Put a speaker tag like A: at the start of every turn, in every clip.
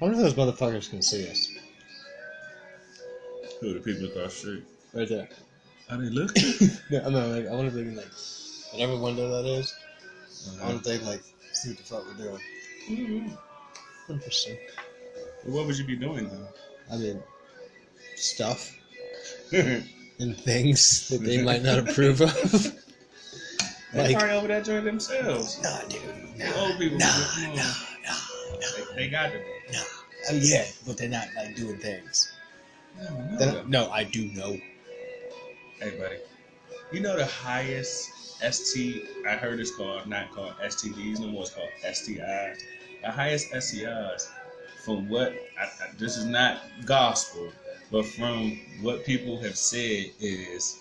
A: wonder if those motherfuckers can see us.
B: Who the people across the street?
A: Right there.
B: How they look?
A: no, no, like, I wonder if they can, like, whatever window that is, I wonder if they can, like, see what the fuck we're doing.
B: Mm-hmm.
A: Interesting.
B: What would you be doing
A: I mean, stuff
B: though?
A: and things that they might not approve of.
B: they
A: like,
B: probably over that joint themselves.
A: nah, dude. Nah,
B: The old people.
A: nah,
B: come on.
A: nah, nah, nah.
B: They, they got to be.
A: Oh, yeah, but they're not, like, doing things.
B: Yeah, I know
A: They're
B: them.
A: not- no, I do know.
B: Hey, buddy. You know the highest ST, I heard it's called, not called STDs no more, it's called STIs. The highest STIs, from what, I, I, this is not gospel, but from what people have said is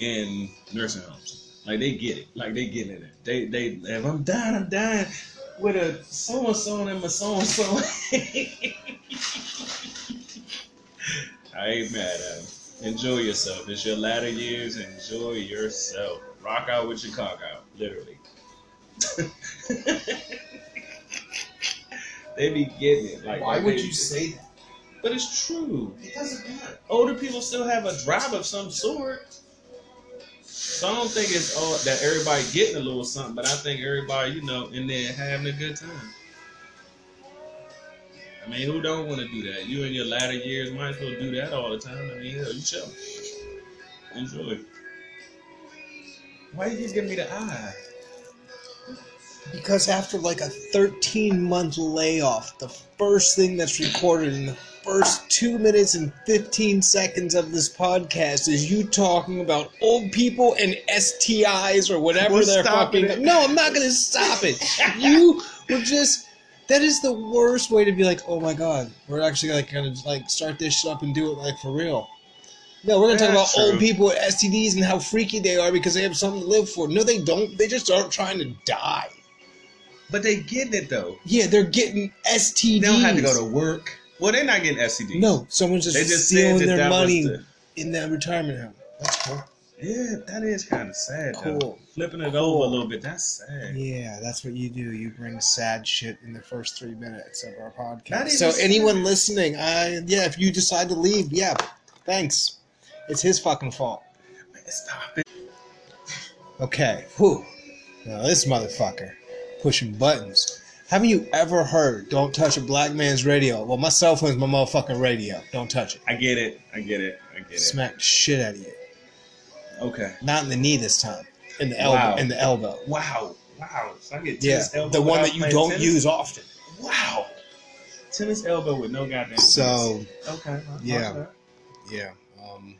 B: in nursing homes. Like they get it. Like they getting it. They, they, if I'm dying, I'm dying with a so and so and a so and so. I ain't mad at him. Enjoy yourself. It's your latter years. Enjoy yourself. Rock out with your cock out, literally. they be getting it. Like, like they-
A: that?
B: But it's true.
A: It doesn't matter.
B: Older people still have a drive of some sort. So I don't think it's all that everybody getting a little something, but I think everybody, you know, in there having a good time. I mean, who don't want to do that? You in your latter years might as well do that all the time. I mean, hell, you chill. Enjoy. Why you keep giving me the eye?
A: Because after like a 13 month layoff, the first thing that's recorded in the first 2 minutes and 15 seconds of this podcast is you talking about old people and STIs or whatever
B: We're
A: they're
B: stopping
A: fucking.
B: it.
A: No, I'm not going to stop it. you were just. That is the worst way to be like, oh my god, we're actually like gonna like start this shit up and do it like for real. No, we're gonna talk about
B: That's
A: old
B: true.
A: people with STDs and how freaky they are because they have something to live for. No, they don't. They just aren't trying to die.
B: But they getting it though.
A: Yeah, they're getting STDs.
B: They don't have to go to work. Well, they're not getting STDs.
A: No, someone's just,
B: they just
A: stealing
B: said that
A: their
B: that was
A: money
B: the-
A: in that retirement home. That's cool.
B: Yeah, that is kind of sad. Though.
A: Cool.
B: Flipping it over a little bit, that's sad.
A: Yeah, that's what you do. You bring sad shit in the first three minutes of our
B: Not
A: podcast.
B: even
A: So
B: sad.
A: anyone listening, I yeah, if you decide to leave, yeah, thanks. It's his fucking fault.
B: Man, Stop it.
A: Okay. Whew. Now this motherfucker pushing buttons. Haven't you ever heard "Don't touch a black man's radio"? Well, my cell phone's my motherfucking radio. Don't touch it.
B: I get it. I get it. I get it.
A: Smack the shit out of you.
B: Okay.
A: Not in the knee this time. In the elbow.
B: Wow.
A: In the elbow.
B: Wow. Wow. So I get
A: Yeah.
B: tennis elbow.
A: The one
B: without
A: that you
B: playing
A: don't
B: tennis?
A: use often.
B: Wow. Tennis elbow with no goddamn.
A: So
B: tennis. Okay. well,
A: yeah.
B: okay.
A: yeah. Um,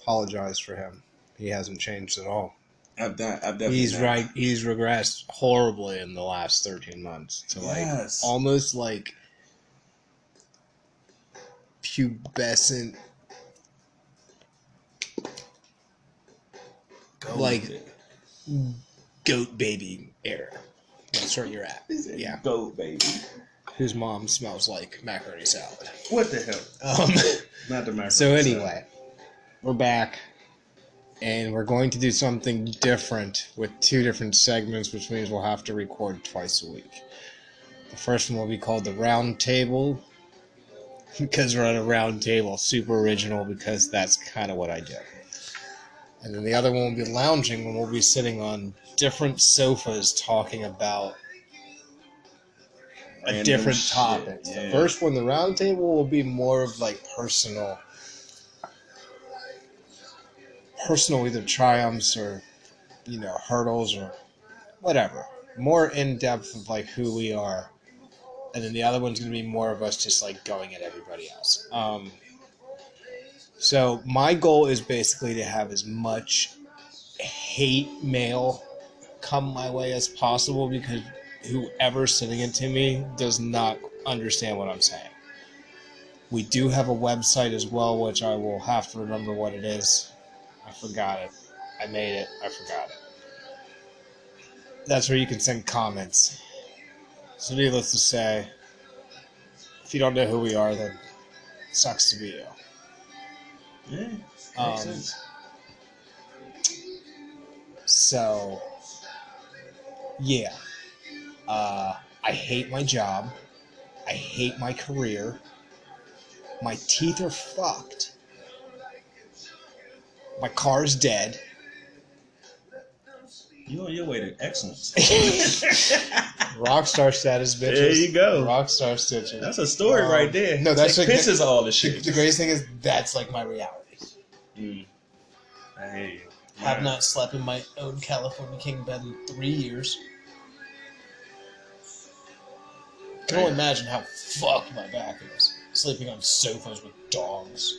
A: apologize for him. He hasn't changed at all.
B: I've done. I've definitely.
A: he's
B: done.
A: right. He's regressed horribly in the last thirteen months to like
B: Yes.
A: almost like pubescent
B: Go
A: like-
B: with it.
A: goat baby era. That's where you're at.
B: He said,
A: yeah.
B: Go, baby.
A: Whose mom smells like macaroni salad.
B: What the hell?
A: Um,
B: Not the matter.
A: so anyway, we're back, and we're going to do something different with two different segments, which means we'll have to record twice a week. The first one will be called the round table. Because we're on a round table, super original, because that's kind of what I do. And then the other one will be lounging, when we'll be sitting on different sofas talking about a
B: Random
A: different
B: shit,
A: topic. The
B: yeah.
A: first one, the round table, will be more of like personal, personal either triumphs or you know hurdles or whatever. More in depth of like who we are, and then the other one's gonna be more of us just like going at everybody else. Um, so my goal is basically to have as much hate mail come my way as possible because whoever's sending it to me does not understand what I'm saying. We do have a website as well, which I will have to remember what it is. I forgot it. I made it. I forgot it. That's where you can send comments. So, needless to say, if you don't know who we are, then sucks to be you.
B: Yeah.
A: Um,
B: makes sense.
A: So, yeah. Uh, I hate my job. I I hate my career. My teeth are fucked. My car's dead.
B: You on your way to excellence.
A: Rockstar status, bitches.
B: There you go.
A: Rockstar stitches.
B: that's a story
A: Um,
B: right there.
A: no, that's
B: Take
A: like-
B: pisses all the shit.
A: the greatest thing is that's like my reality.
B: Mm. I hear you.
C: Have
B: Mine-
C: not slept in my own California king bed in three years. Can only
B: Yeah.
C: imagine how fucked my back is. Sleeping on sofas with dogs.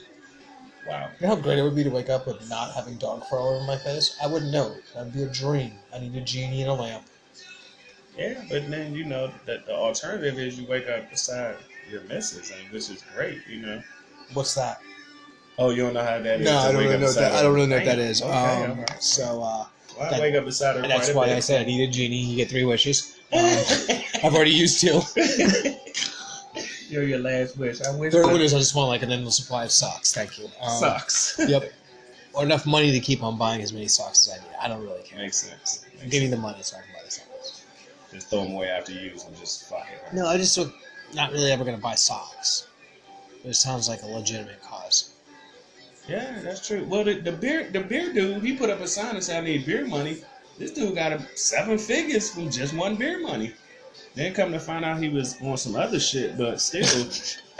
B: Wow.
C: You know how great it would be to wake up with not having dog fur all over my face? I wouldn't know. That'd be a dream. I need a genie and a lamp.
B: Yeah, but then you know that the alternative is you wake up beside your missus, and which is great, you know.
C: What's that?
B: Oh, you don't know how that is.
A: No,
B: to
A: I don't
B: wake
A: really
B: up
A: know what that.
B: beside
A: I don't
B: her.
A: really know what that
B: Damn.
A: is.
B: Okay,
A: um,
B: all right.
A: So uh,
B: Well, I
A: that-
B: wake up beside her.
A: and that's
B: quite
A: why
B: a
A: I
B: bit.
A: said I need a genie. You get three wishes. Um, I've already used two.
B: You're your last wish. I wish.
C: Third
B: that-
C: one is I just want like an endless supply of socks. Thank you. Um,
B: Sucks.
C: Yep. Or enough money to keep on buying as many socks as I need. I don't really care.
B: Makes sense. Makes
C: Give me
B: sense.
C: the money so I can buy the socks.
B: Just throw them away after you use them. Just fuck it.
C: No, I just was not really ever gonna buy socks. But it sounds like a legitimate cause.
B: Yeah, that's true. Well, the, the beer the beer dude, he put up a sign and said, "I need beer money." This dude got a, seven figures from just one beer money. Then come to find out he was on some other shit, but still,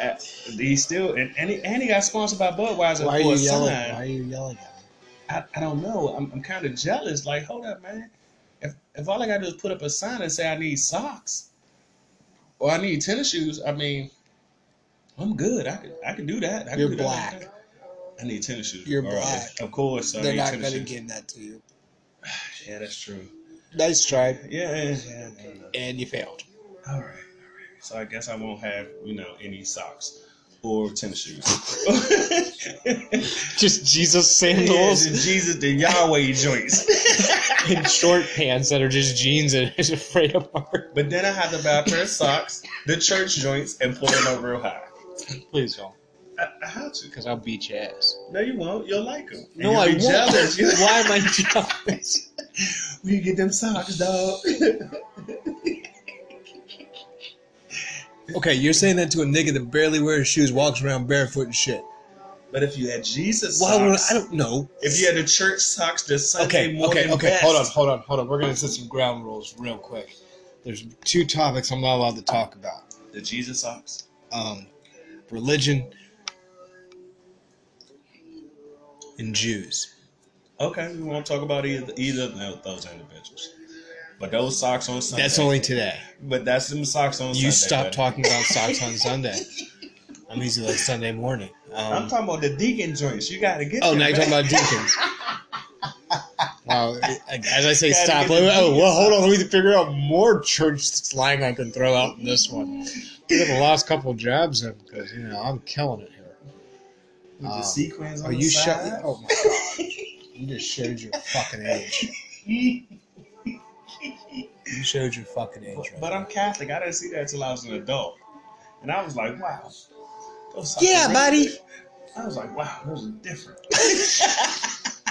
B: uh, he still and and he, and he got sponsored by Budweiser
C: Why are
B: for
C: you
B: a
C: yelling?
B: sign.
C: Why are you yelling at me?
B: I, I don't know. I'm, I'm kind of jealous. Like, hold up, man. If, if all I got to do is put up a sign and say I need socks or I need tennis shoes, I mean, I'm good. I could, I could do that. I could
C: You're
B: do that.
C: black.
B: I need tennis shoes.
C: You're
B: All right.
C: black.
B: Of course. I
C: They're
B: need
C: not
B: tennis
C: gonna
B: shoes.
C: give that to you.
B: Yeah, that's true.
C: Nice try.
B: Yeah, yeah, yeah, yeah, yeah.
C: And you failed.
B: All right. all right. So I guess I won't have, you know, any socks or tennis shoes.
C: Just Jesus
B: Yeah,
C: sandals
B: the Jesus, the Yahweh joints.
C: and short pants that are just jeans and is afraid apart.
B: But then I had to buy a pair of socks, the church joints, and pull them up real high.
C: Please don't,
B: I, I have to.
C: because I'll beat your ass.
B: No, you won't. You'll like them.
C: no, I won't.
B: Jealous. You-
C: Why am I jealous?
B: Where you get them socks, dog?
C: Okay, you're saying that to a nigga that barely wears shoes, walks around barefoot and shit.
B: but if you had Jesus
C: Why would
B: socks,
C: I don't know.
B: if you had the church socks, the Sunday
C: Okay,
B: morning
C: okay, okay.
B: best-
A: Hold on, hold on, hold on. We're gonna set some ground rules real quick. There's two topics I'm not allowed to talk about:
B: The Jesus socks.
A: um, religion and Jews.
B: Okay, we won't talk about either either of those individuals. But those socks on Sunday.
A: That's only today.
B: But that's them socks on Sunday.
A: You stop
B: buddy.
A: talking about socks on Sunday. I'm easy like Sunday morning.
B: I'm
A: Um,
B: talking about the deacon joints. You gotta get.
A: oh,
B: them,
A: now you're talking
B: man.
A: about deacons. Wow, as I say,
B: Gotta
A: stop.
B: get
A: Wait,
B: the
A: wait, oh,
B: deacons
A: well, hold on. Let me figure out more church slang I can throw out in this one. Look at the last couple jabs in because you know I'm killing it here.
B: With the
A: Um,
B: sequins on
A: Oh,
B: the
A: you shut?
B: side.
A: Oh my god! You just showed your fucking age. You showed your fucking age.
B: But,
A: right
B: but I'm Catholic. I didn't see that till I was an adult, and I was like, wow. Those socks
C: Yeah,
B: are really
C: buddy.
B: different. I was like, wow, those are different.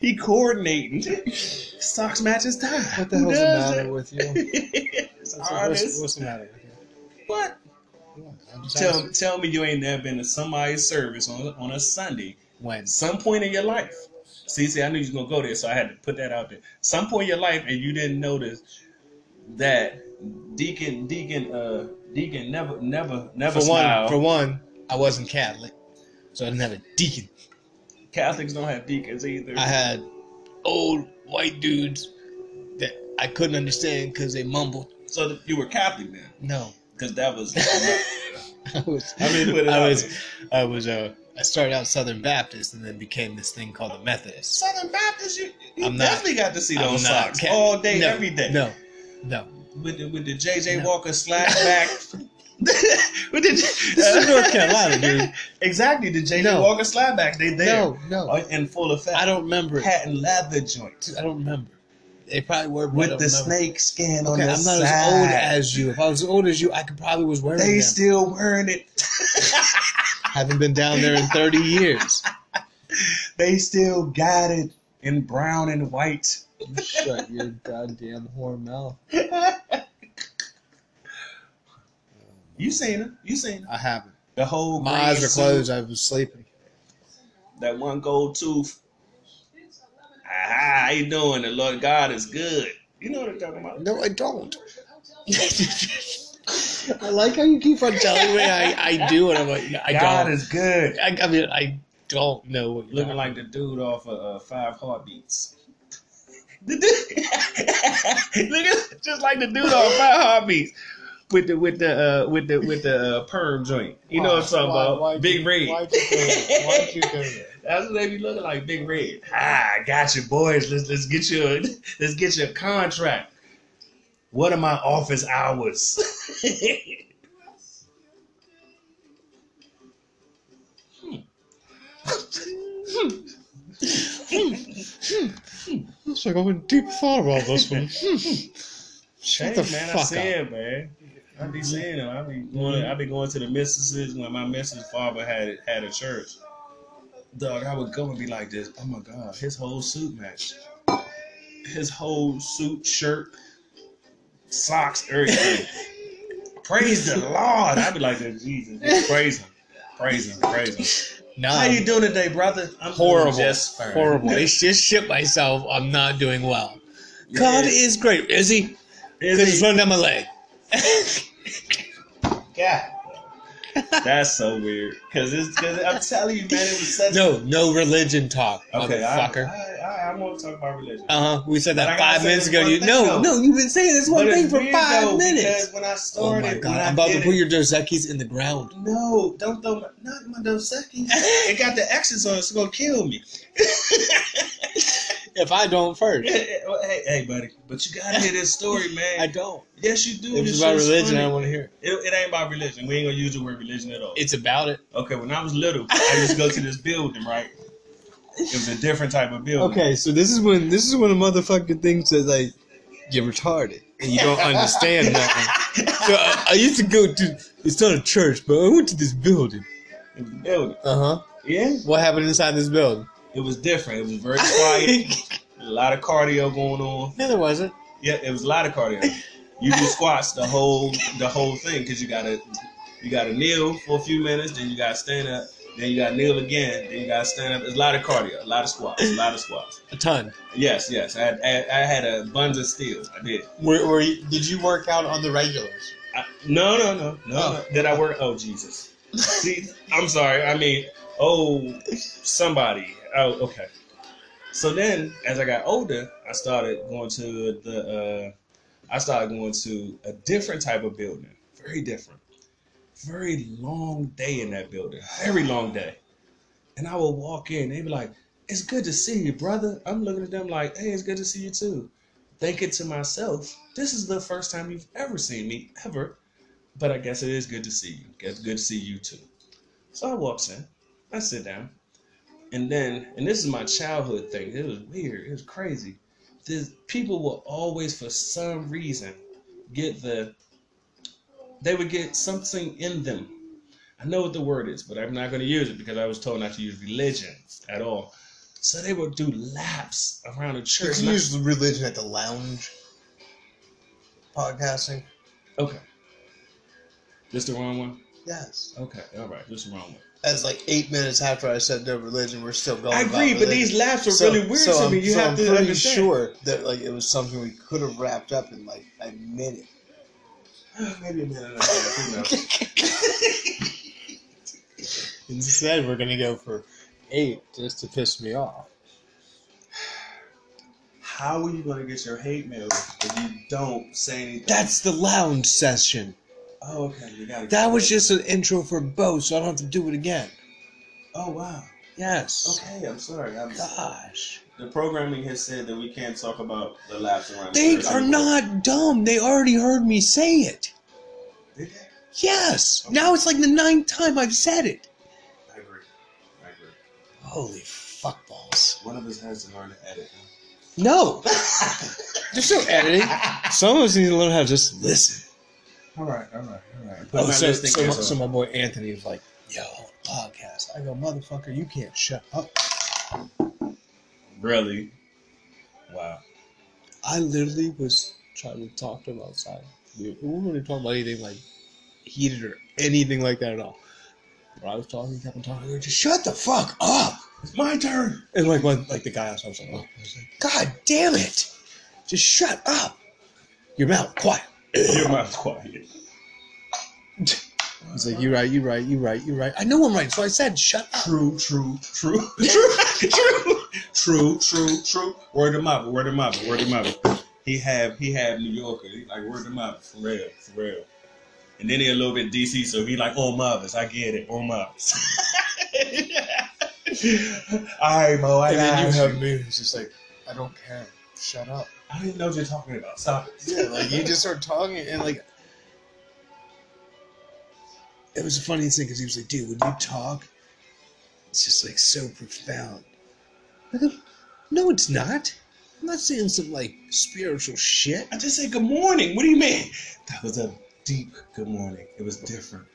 B: he coordinating. Socks matches tie.
A: now. What the hell's the matter with you?
B: it's
A: What's, what's,
B: honest.
A: what's the matter with you?
B: what?
A: What? I'm just
B: Tell,
A: asking.
B: tell me you ain't never been to somebody's service on, on a Sunday
A: when?
B: at some point in your life. See, see, I knew you was gonna go there, so I had to put that out there. Some point in your life, and you didn't notice that Deacon, Deacon, uh, Deacon never, never, never
A: For one,
B: smile.
A: for one, I wasn't Catholic, so I didn't have a deacon.
B: Catholics don't have deacons either.
A: I had old white dudes that I couldn't understand because they mumbled.
B: so th- you were Catholic then,
A: No,
B: because that was.
A: I was.
B: I mean, put it
A: I
B: out
A: was.
B: there.
A: I was. Uh, I started out Southern Baptist and then became this thing called the Methodist.
B: Southern Baptist. You, you
A: I'm not-
B: definitely got to see
A: I'm
B: those
A: not
B: socks
A: Catholic.
B: all day,
A: No,
B: every day.
A: No, no.
B: With the, with the JJ
A: No.
B: Walker slap back. with the, this
A: is North Carolina, dude.
B: Exactly, the JJ
A: No.
B: Walker slap back. They there.
A: No, no.
B: Are in full effect.
A: Oh, I don't remember. it.
B: patent leather joint
A: I don't remember. They probably were. but I
B: with the
A: don't remember.
B: snake skin on
A: Okay,
B: the
A: I'm not
B: side.
A: as old as you. If I was as old as you, I could probably was wearing
B: they
A: them.
B: still wearing it.
A: Haven't been down there in 30 years.
B: they still got it in brown and white.
A: You Shut your goddamn whore mouth.
B: You seen him? You seen him?
A: I haven't.
B: The whole
A: My
B: green
A: eyes were
B: suit,
A: closed. I was sleeping.
B: That one gold tooth. Aha! How you doing? The Lord God is good. You know what I'm talking about?
A: No, I don't. I like how you keep on telling me I, I do, and I'm like, I
B: God
A: don't.
B: is good.
A: I, I mean, I don't know what you're talking
B: Looking like the dude off of uh, Five Heartbeats. The dude, Look at- just like the dude off Five Heartbeats with the with the uh, with the with the uh, perm joint. You know what I'm talking
C: Why-
B: about?
C: why'd
B: Big
C: you-
B: Red.
C: Why'd you do that? Why'd you do that?
B: uh, That's what they be looking like, Big Red. Ah, I got you, boys. Let's let's get you a, let's get you a contract. What are my office hours? Hmm.
A: Looks like I went deep thought about this one. Hmm. Shut
B: Hey,
A: the
B: man, I
A: fuck
B: see
A: up. Mm-hmm.
B: it, man. I be seeing them. I be going. I be going to the missuses when my missus father had had a church. Dog, I would go and be like this. Oh my god, his whole suit match. His whole suit, shirt, socks, everything. praise the Lord. I'd be like this. Jesus, just praise him, praise him, praise him.
A: No,
B: How you doing today, brother? I'm doing
A: horrible,
B: just fine.
A: horrible. I just shit myself. I'm not doing well.
B: Yeah.
A: God is great, is he?
B: Is
A: Because he's
B: he-
A: running down my leg.
B: God. That's so weird. Cause it's cause I'm telling you, man, it was such
A: No, no religion talk,
B: Okay, I,
A: motherfucker.
B: I, I, I want to talk about religion.
A: Uh huh. We said
B: But I
A: that
B: gotta
A: five
B: say
A: minutes
B: this
A: ago.
B: one
A: You
B: thing,
A: no,
B: though.
A: no. You've been saying this one
B: But
A: thing
B: it's
A: for
B: weird,
A: five
B: though,
A: minutes.
B: because When I
A: Oh
B: started,
A: my
B: when
A: god!
B: I
A: I'm about to
B: did
A: put
B: it-
A: your Dos Equis in the ground.
B: No, don't throw my, not my Dos Equis. it got the X's on it. It's gonna kill me.
A: If I don't first,
B: Well, hey, hey, buddy. But you gotta hear this story,
A: I
B: man.
A: don't.
B: yes, you do.
A: If
B: This
A: it's about
B: shit's
A: religion, I
B: funny.
A: don't want to hear it.
B: It, it ain't about religion. We ain't gonna use the word religion at all.
A: It's about it.
B: okay, when I was little, I used to go to this building, right? It was a different type of building.
A: Okay, so this is when this is when a motherfucker thinks that like you're retarded and you don't understand nothing. So I, I used to go to it's not a church, but I went to this building.
B: It was a building.
A: Uh huh.
B: Yeah.
A: What happened inside this building?
B: It was different. It was very quiet. a lot of cardio going on.
A: no, there wasn't.
B: Yeah, it was a lot of cardio. You do squats the whole the whole thing because you gotta you gotta kneel for a few minutes, then you gotta stand up, then you gotta kneel again, then you gotta stand up. It's a lot of cardio, a lot of squats, a lot of squats.
A: A ton.
B: Yes, yes, I had, I, I had a buns of steel. I did.
A: Were, were you, did you work out on the regulars?
B: I, no, no, no, no,
A: Oh.
B: no. Did I work? Oh Jesus. See, I'm sorry. I mean, oh somebody. Oh, okay. So then, as I got older, I started going to the. Uh, I started going to a different type of building. Very different. Very long day in that building. Very long day. And I would walk in. They'd be like, "It's good to see you, brother." I'm looking at them like, "Hey, it's good to see you too." Thinking to myself, "This is the first time you've ever seen me ever." But I guess it is good to see you. It's good to see you too. So I walks in, I sit down, and then and this is my childhood thing. It was weird. It was crazy. This people will always, for some reason, get the. They would get something in them. I know what the word is, but I'm not going to use it because I was told not to use religion at all. So they would do laps around the church. and I-
C: the religion at the lounge. Podcasting.
B: okay. This the wrong one.
C: Yes.
B: Okay. All right. This the wrong one.
C: That's like eight minutes after I said no religion, we're still going.
B: I
C: about
B: agree, but
C: religion.
B: these laps are really weird to
C: I'm-
B: me. You
C: so
B: have
C: I'm
B: to
C: pretty
B: understand.
C: sure that like it was something we could have wrapped up in like a minute.
B: Maybe a minute. and a half, who knows?
A: Instead, we're gonna go for eight just to piss me off.
B: How are you gonna get your hate mail if you don't say anything?
A: That's the lounge session.
B: oh okay. You gotta.
A: That was just an intro for Bo, so I don't have to do it again.
B: Oh wow.
A: Yes.
B: Okay, I'm sorry. I'm,
A: Gosh.
B: the programming has said that we can't talk about the laps around. the
A: They
B: church
A: are
B: anymore.
A: not dumb. They already heard me say it.
B: Did they?
A: Yes. Now it's like the ninth time I've said it.
B: I agree. I agree.
A: Holy fuckballs.
B: One of us has to learn to edit.
A: No. There's no editing. Some of us need to learn how to just listen.
B: all right. All right. All right. Put
A: Oh,
B: my
A: so,
B: listening
A: so, my,
B: ears
A: so
B: on.
A: my boy Anthony was like, yo, podcast. I go, motherfucker, you can't shut up.
B: Really. Wow.
A: I literally was trying to talk to him outside. We we weren't really talking about anything like
C: heated or anything like that at all.
A: When I was talking, he kept on talking. We were just shut the fuck up.
B: It's my turn.
C: And like when like the guy else, I was like, oh. I was like, God damn it! Just shut up. Your mouth quiet.
B: Your mouth's quiet.
C: He's like, you right, you right, you right, you right. I know I'm right, so I said shut up.
B: True, true, true, true, true, true, true, true. Word of mouth, word of mouth, word of mouth. He have he have New Yorker. He like word of mouth for real, for real. And then he a little bit DC, so he like on Mavis. I get it, on Mavis. All right, Mo. I
C: And then you
B: got
C: have me who's just like, I don't care. Shut up.
B: I don't even know what you're talking about. Stop it.
C: Yeah, like you just start talking and like. It was the funniest thing because he was like, "Dude, when you talk, it's just like so profound." I go, "No, it's not. I'm not saying some like spiritual shit."
B: I just said good morning. What do you mean? That was a deep good morning. It was different.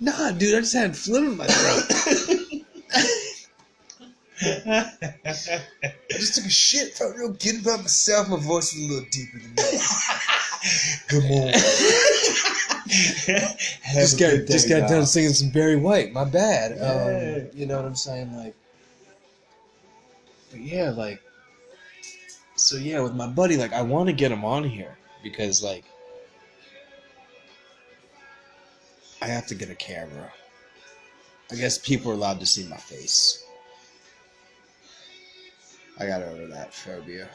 C: Nah, dude, I just had phlegm in my throat. I just took a shit, felt real good about myself. My voice was a little deeper than that.
B: good morning.
C: just got just got done singing some Barry White. My bad.
B: Yeah.
C: Um, you know what I'm saying? Like, but yeah, like, so yeah, with my buddy, like, I want to get him on here because like, I have to get a camera. I guess people are allowed to see my face. I got over that phobia.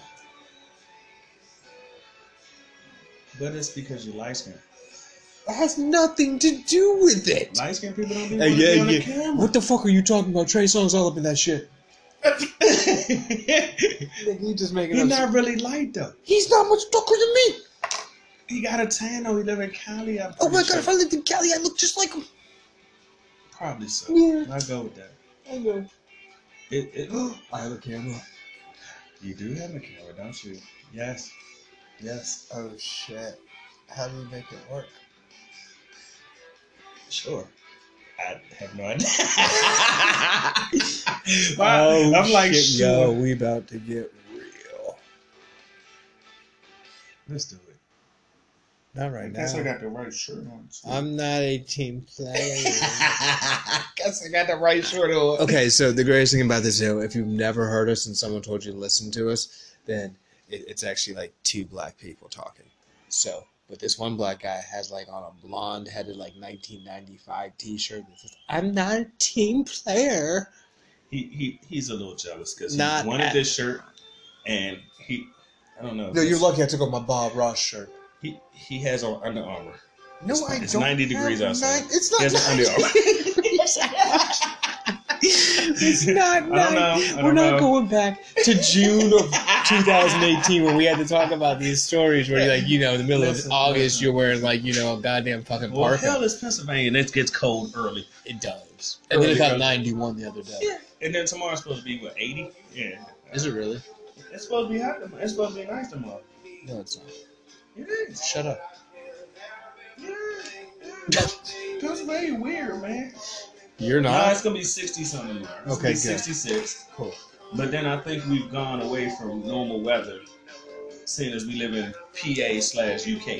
B: But it's because you light skinned.
C: It has nothing to do with it.
B: Light skinned people don't be
C: Hey,
B: wanting to be
C: Uh, yeah,
B: on
C: yeah.
B: the camera.
C: What the fuck are you talking about? Trey Songz all up in that shit. You just making
B: He's not really light though.
C: He's not much darker than me.
B: He got a tan though. He live in Cali. I'm
C: Oh my
B: pretty
C: god, if I
B: sure.
C: lived in Cali, I'd look just like him.
B: probably so.
C: Yeah.
B: I'll go with that.
C: I know.
B: It, it,
C: I have a camera.
B: you do have a camera, don't you? Yes. Yes.
C: Oh shit. How do you make it work?
B: Sure. I have no idea.
C: Oh,
B: Well, I'm like, sure.
C: we about to get real.
B: Let's do it.
C: Not right
B: Guess I
C: now.
B: got the right shirt on. too.
C: I'm not a team player.
B: Guess I got the right shirt on.
C: okay, so the greatest thing about this show, if you've never heard us and someone told you to listen to us, then it, it's actually like two black people talking. So, but this one black guy has like on a blonde headed like 1995 t shirt that says, I'm not a team player.
B: He, he he's a little jealous because he
C: Not
B: wanted
C: at-
B: this shirt, and he I don't know.
A: No, you're lucky I took off my Bob Ross shirt.
B: He he has on Under Armour.
C: No,
B: It's-
C: I
B: it's
C: don't.
B: 90
C: have
B: degrees outside.
C: nine- it's
B: He
C: not
B: has an
C: 90
B: under
C: It's
B: I
C: not
B: don't know.
C: 90.
B: I
C: We're
B: don't
C: not
B: know.
C: going back to June of 2018 when we had to talk about these stories where, like, you know, in the middle
B: Listen,
C: of August,
B: listen.
C: you're wearing, like, you know, a goddamn fucking
B: Well,
C: parka.
B: hell, it's Pennsylvania. and It gets cold early.
C: it does. And then it
B: Early.
C: got 91 the other day.
B: And then tomorrow's supposed to be what eighty? Yeah.
C: Is it really?
B: It's supposed to be hot. tomorrow. It's supposed to be nice tomorrow.
C: No, it's not.
B: It is.
C: Shut up.
B: Yeah. yeah. Pennsylvania weird, man.
C: You're
B: Nah,
C: not?
B: it's gonna be sixty something tomorrow. It's
C: Okay,
B: gonna be
C: good.
B: sixty-six.
C: Cool.
B: But then I think we've gone away from normal weather, seeing as we live in PA slash UK.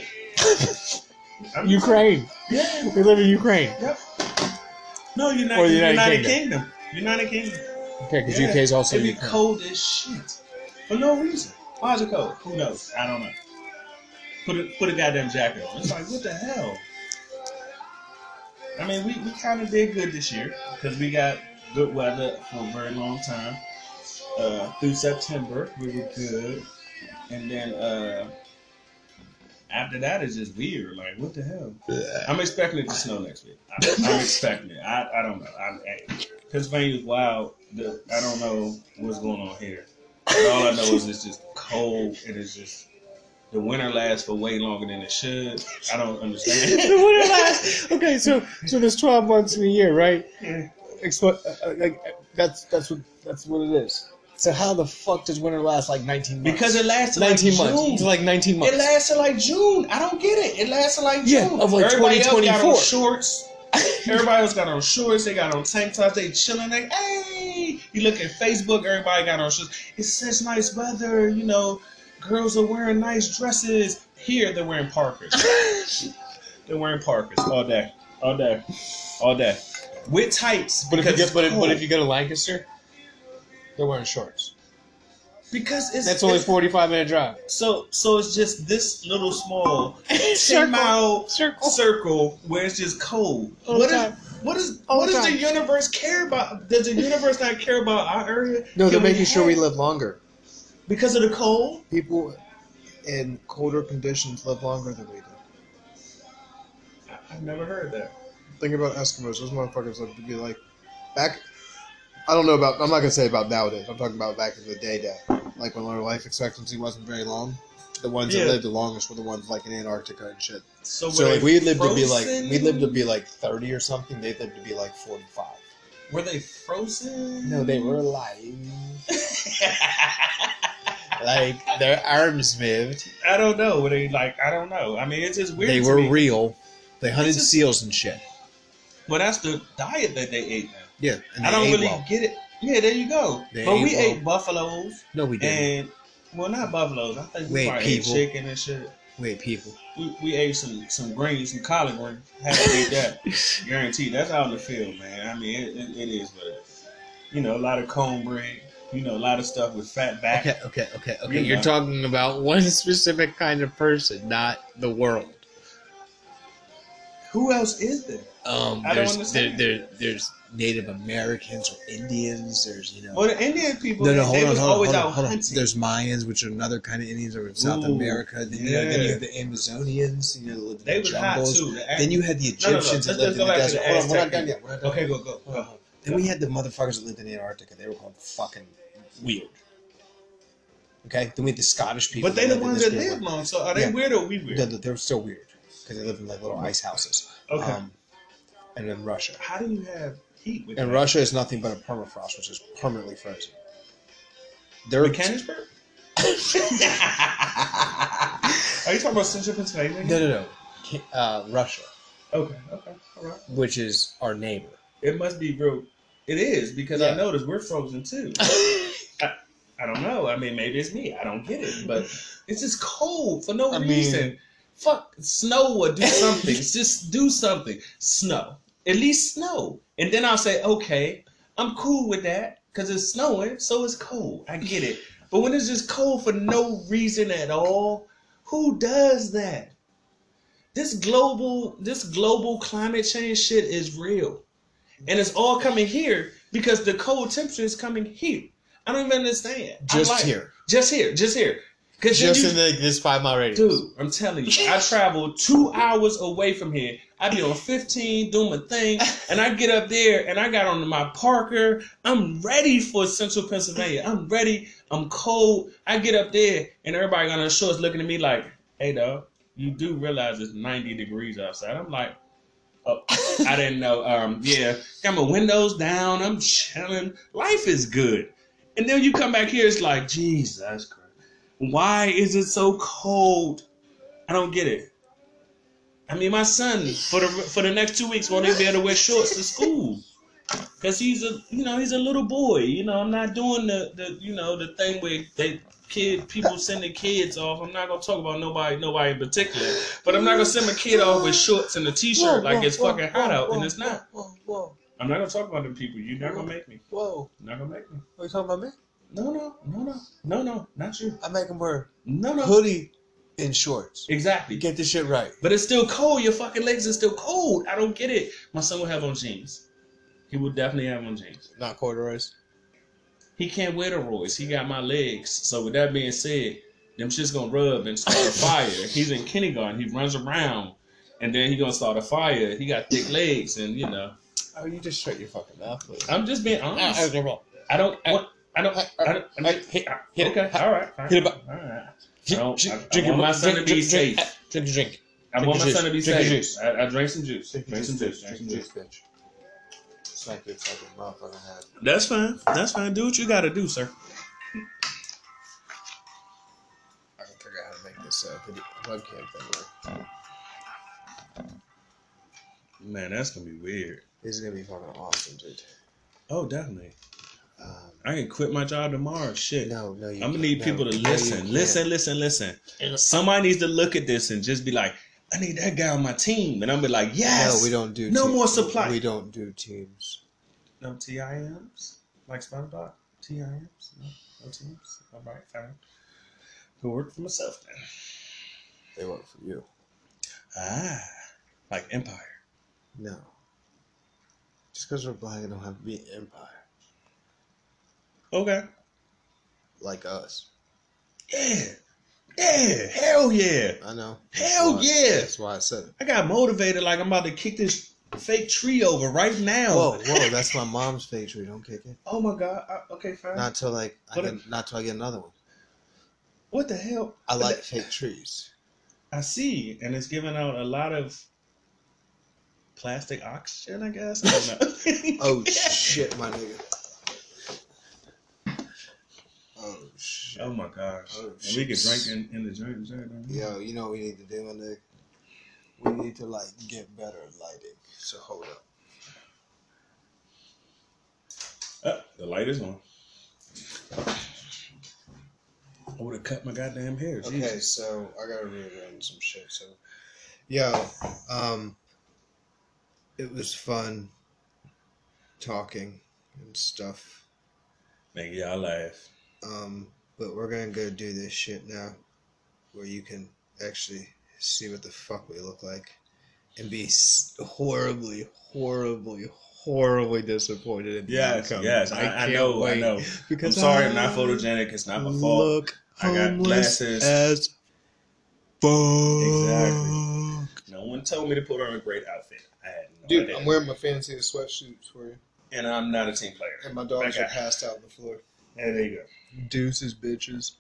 B: I'm-
C: Ukraine.
B: Yeah.
C: We live in Ukraine.
B: Yep. No, United,
C: Or the
B: United,
C: United
B: Kingdom. United Kingdom.
C: Okay, because
B: Yeah.
C: UK is also
B: It'd be
C: Ukraine.
B: cold as shit for no reason. Why is it cold? Who knows? I don't know. Put a put a goddamn jacket on. It's like what the hell. I mean, we, we kind of did good this year because we got good weather for a very long time. Uh, through September, we were good, and then uh, after that, it's just weird. Like, what the hell? I'm expecting it to snow next week. I, I'm expecting it. I, I don't know. I'm, I, Pennsylvania's wild. The, I don't know what's going on here. But all I know is it's just cold and it's just the winter lasts for way longer than it should. I don't
C: The
B: understand.
C: winter lasts- Okay, so so there's 12 months in a year, right? Expo- uh, uh, like uh, that's that's what that's what it is. So how the fuck does winter last like 19 months?
B: because it lasted
C: 19
B: like
C: months.
B: June.
C: It's like 19 months.
B: It lasted like June. I don't get it. It lasted like June.
C: Yeah, of, like,
B: Everybody else got
C: 2024.
B: on shorts. Everybody else got on shorts. They got on tank tops. They chilling. They hey, you look at Facebook. Everybody got on shorts. It's such nice weather. You know, girls are wearing nice dresses. Here they're wearing parkers. They're wearing parkas all day, all day, all day, with tights.
A: But if you
B: because
A: get,
B: it's
A: but if, but
B: cold.
A: if you go to Lancaster, they're wearing shorts.
B: because it's
A: That's only
B: it's-
A: forty five minute drive.
B: So so it's just this little small
A: Circle.
B: ten mile
A: Circle.
B: circle where it's just cold.
A: All the
B: What is
A: time.
B: what is
A: All
B: what
A: the
B: does the
A: time.
B: universe care about? Does the universe not care about our area?
A: No, they're
B: Can we
A: making sure we
B: have-
A: live longer.
B: because of the cold.
A: People in colder conditions live longer than we do.
B: I- I've never heard that.
A: Think about Eskimos. Those motherfuckers would be like back. I don't know about. I'm not gonna say about nowadays. I'm talking about back in the day, day. Like when our life expectancy wasn't very long. The ones
B: Yeah.
A: that lived the longest were the ones like in Antarctica and shit.
B: So,
A: So
B: were
A: like
B: they
A: we lived to be like
B: frozen?
A: we lived to be like 30 or something. They lived to be like 45.
B: Were they frozen?
A: No, they were alive. Like their arms moved.
B: I don't know. Were they like I don't know. I mean, it's just weird.
A: they
B: to
A: were
B: me.
A: real. They hunted
B: just-
A: seals and shit.
B: Well, that's the diet that they ate. Now.
A: Yeah, and
B: I
A: they
B: don't
A: ate
B: really
A: well.
B: get it. Yeah, there you go.
A: They
B: but
A: ate
B: we
A: well.
B: ate buffaloes.
A: No, we didn't.
B: And well, not buffaloes. I think we
A: Wait,
B: probably
A: people.
B: ate chicken and shit.
A: we ate people.
B: We, we ate some some greens, some collard greens. Had to eat that, guaranteed. That's out in the field, man. I mean, it, it, it is what it is. You know, a lot of cornbread. You know, a lot of stuff with fat back.
A: Okay, okay, okay, okay.
B: You
A: You're
B: know.
A: talking about one specific kind of person, not the world.
B: Who else is there?
A: Um,
B: I don't
A: there's there,
B: understand.
A: there, there's Native Americans or Indians. There's you know.
B: Well, the Indian people.
A: no, no,
B: they-
A: hold
B: they
A: on,
B: was
A: hold on,
B: always
A: hold on,
B: out
A: hold on.
B: hunting.
A: There's Mayans, which are another kind of Indians over in South
B: Ooh,
A: America. Then, you know, then
B: yeah.
A: you have the Amazonians. You know, that lived in
B: They
A: the
B: was hot
A: jungles.
B: too. The
A: Then you had the
B: No, no, no,
A: Egyptians
B: let's-
A: that lived
B: let's go
A: in the
B: back to
A: desert.
B: the
A: Hold on, we're not
B: Aztec
A: done yet. We're not done
B: okay,
A: yet.
B: go go.
A: Hold on,
B: go.
A: hold on. Then we had the motherfuckers that lived in Antarctica. They were called fucking weird. Okay. Then we had the Scottish people.
B: But they the
A: lived in
B: ones
A: this
B: that
A: weird
B: live
A: world.
B: long. So are they
A: Yeah.
B: weird or we weird?
A: No, no, they're so weird because they live in like little ice houses.
B: Okay.
A: Um, and then Russia.
B: How do you have heat with
A: And
B: that?
A: Russia is nothing but a permafrost, which is permanently frozen. They're
B: Mechanicsburg? Are you talking about Central Pennsylvania?
A: no, no, no. Ca- Uh, Russia,
B: Okay, okay, all right.
A: which is our neighbor.
B: It must be real. It is because
A: Yeah.
B: I noticed we're frozen too. I don't know. I mean, maybe it's me. I don't get it, but it's just cold for no
A: I mean-
B: reason. Fuck snow or do something. just do something. Snow, at least snow, and then I'll say okay, I'm cool with that because it's snowing, so it's cold. I get it. But when it's just cold for no reason at all, who does that? This global this global climate change shit is real. And it's all coming here because the cold temperature is coming here. I don't even understand. I'm
A: Just
B: like-
A: here,
B: Just here. Just here. Cause then
A: just
B: you-
A: in the, this five mile radius.
B: Dude, I'm telling you, I travel two hours away from here. I be on 15 doing my thing, and I get up there and I got on my Parker. I'm ready for Central Pennsylvania. I'm ready. I'm cold. I get up there, and everybody on the shorts looking at me like, "Hey, dog, you do realize it's 90 degrees outside?" I'm like, "Oh, I didn't know. Um, yeah, got my windows down. I'm chilling. Life is good." And then you come back here, it's like, Jesus Christ. Why is it so cold? I don't get it. I mean, my son for the for the next two weeks won't even be able to wear shorts to school because he's a you know he's a little boy. You know, I'm not doing the, the you know the thing where they kid people send their kids off. I'm not gonna talk about nobody nobody in particular, but I'm not gonna send my kid off with shorts and a t-shirt like it's fucking hot out and it's not.
C: Whoa, whoa,
B: I'm not gonna talk about them people. You're not gonna make me.
C: whoa.
B: Not gonna make me.
C: What are you talking about me?
B: No, no, no, no, no, no, not you.
C: I make him wear
B: No, no.
C: hoodie and shorts.
B: Exactly.
C: Get this shit right.
B: But it's still cold. Your fucking legs are still cold. I don't get it. My son will have on jeans. He will definitely have on jeans.
A: Not corduroys.
B: He can't wear the Roy's. He got my legs. So with that being said, them shit's gonna rub and start a fire. He's in kindergarten. He runs around, and then he gonna start a fire. He got thick legs, and you know,
A: Oh, you just shut your fucking mouth, please.
B: I'm just being honest. I don't. want- I don't. I don't. I don't
A: Hit
B: hit
A: hit-
B: okay. All right. All
A: hit
B: right.
A: it back.
B: All right. I
A: Drink,
B: don't- I- I
A: drink,
B: want my son to be
A: drink,
B: safe.
A: Drink, drink,
B: I want my
A: Drink your
B: son to be
A: juice. Drink your
B: safe.
A: juice.
B: I, I drank some juice.
A: drink.
B: Drink some juice. Drink some juice.
A: bitch. Smack your fucking motherfucking head.
B: That's fine. That's fine. Do what you gotta do, sir.
A: I can figure out how to make this uh, video webcam thing work.
B: Man, that's gonna be weird.
A: This is gonna be fucking awesome, dude.
B: Oh, definitely.
A: Um,
B: I can quit my job tomorrow. Shit.
A: no, no, you
B: I'm gonna
A: can't.
B: need
A: No,
B: people to
A: no, you
B: listen,
A: can't.
B: listen, listen, listen. Somebody needs to look at this and just be like, I need that guy on my team, and I'm be like, yes,
A: No, we don't do.
B: No
A: team-
B: more supply.
A: We don't do teams.
B: No TIMs? Like SpongeBob? TIMs? No, no teams? All right, fine. Go work for myself then.
A: They work for you.
B: Ah, like Empire.
A: No. Just because we're black, it don't have to be an empire
B: Okay.
A: like us.
B: Yeah. Yeah. Hell yeah.
A: I know.
B: Hell
A: why-
B: yeah.
A: That's why I said it.
B: I got motivated like I'm about to kick this fake tree over right now.
A: Whoa, whoa! That's my mom's fake tree. Don't kick it.
B: Oh my god. I, okay, fine.
A: Not till like I
B: What
A: get, not till I get another one.
B: what the hell?
A: I like fake trees.
B: I see, and it's giving out a lot of plastic oxygen, I guess. I don't know.
A: Oh shit, my nigga. Oh shit.
B: Oh my gosh.
A: Oh,
B: and we could drink
A: shit.
B: in, in the drink. drink drink.
A: Yo, you know what we need to do, my nigga? We need to like get better at lighting. So hold up.
B: Uh, the light is on. I would have cut my goddamn hair.
A: Okay,
B: Jesus.
A: so I gotta rearrange some shit. So, yo, um, it was fun talking and stuff.
B: Make y'all laugh.
A: Um, but we're gonna go do this shit now, where you can actually see what the fuck we look like, and be s- horribly, horribly, horribly disappointed in the
B: Yes,
A: outcome.
B: yes. I, I,
A: can't
B: know, I
A: wait,
B: know. I'm
A: Because
B: sorry, I'm
A: I
B: not photogenic. It's not my fault.
A: Look,
B: I got
A: homeless
B: glasses.
A: as fuck.
B: Exactly. No one told me to put on a great outfit. I had no
A: Dude,
B: idea.
A: I'm wearing my fancy sweatshoots for you.
B: and I'm not a team player.
A: And my dogs
B: Okay.
A: are passed out on the floor.
B: And there you go.
A: Deuces, bitches.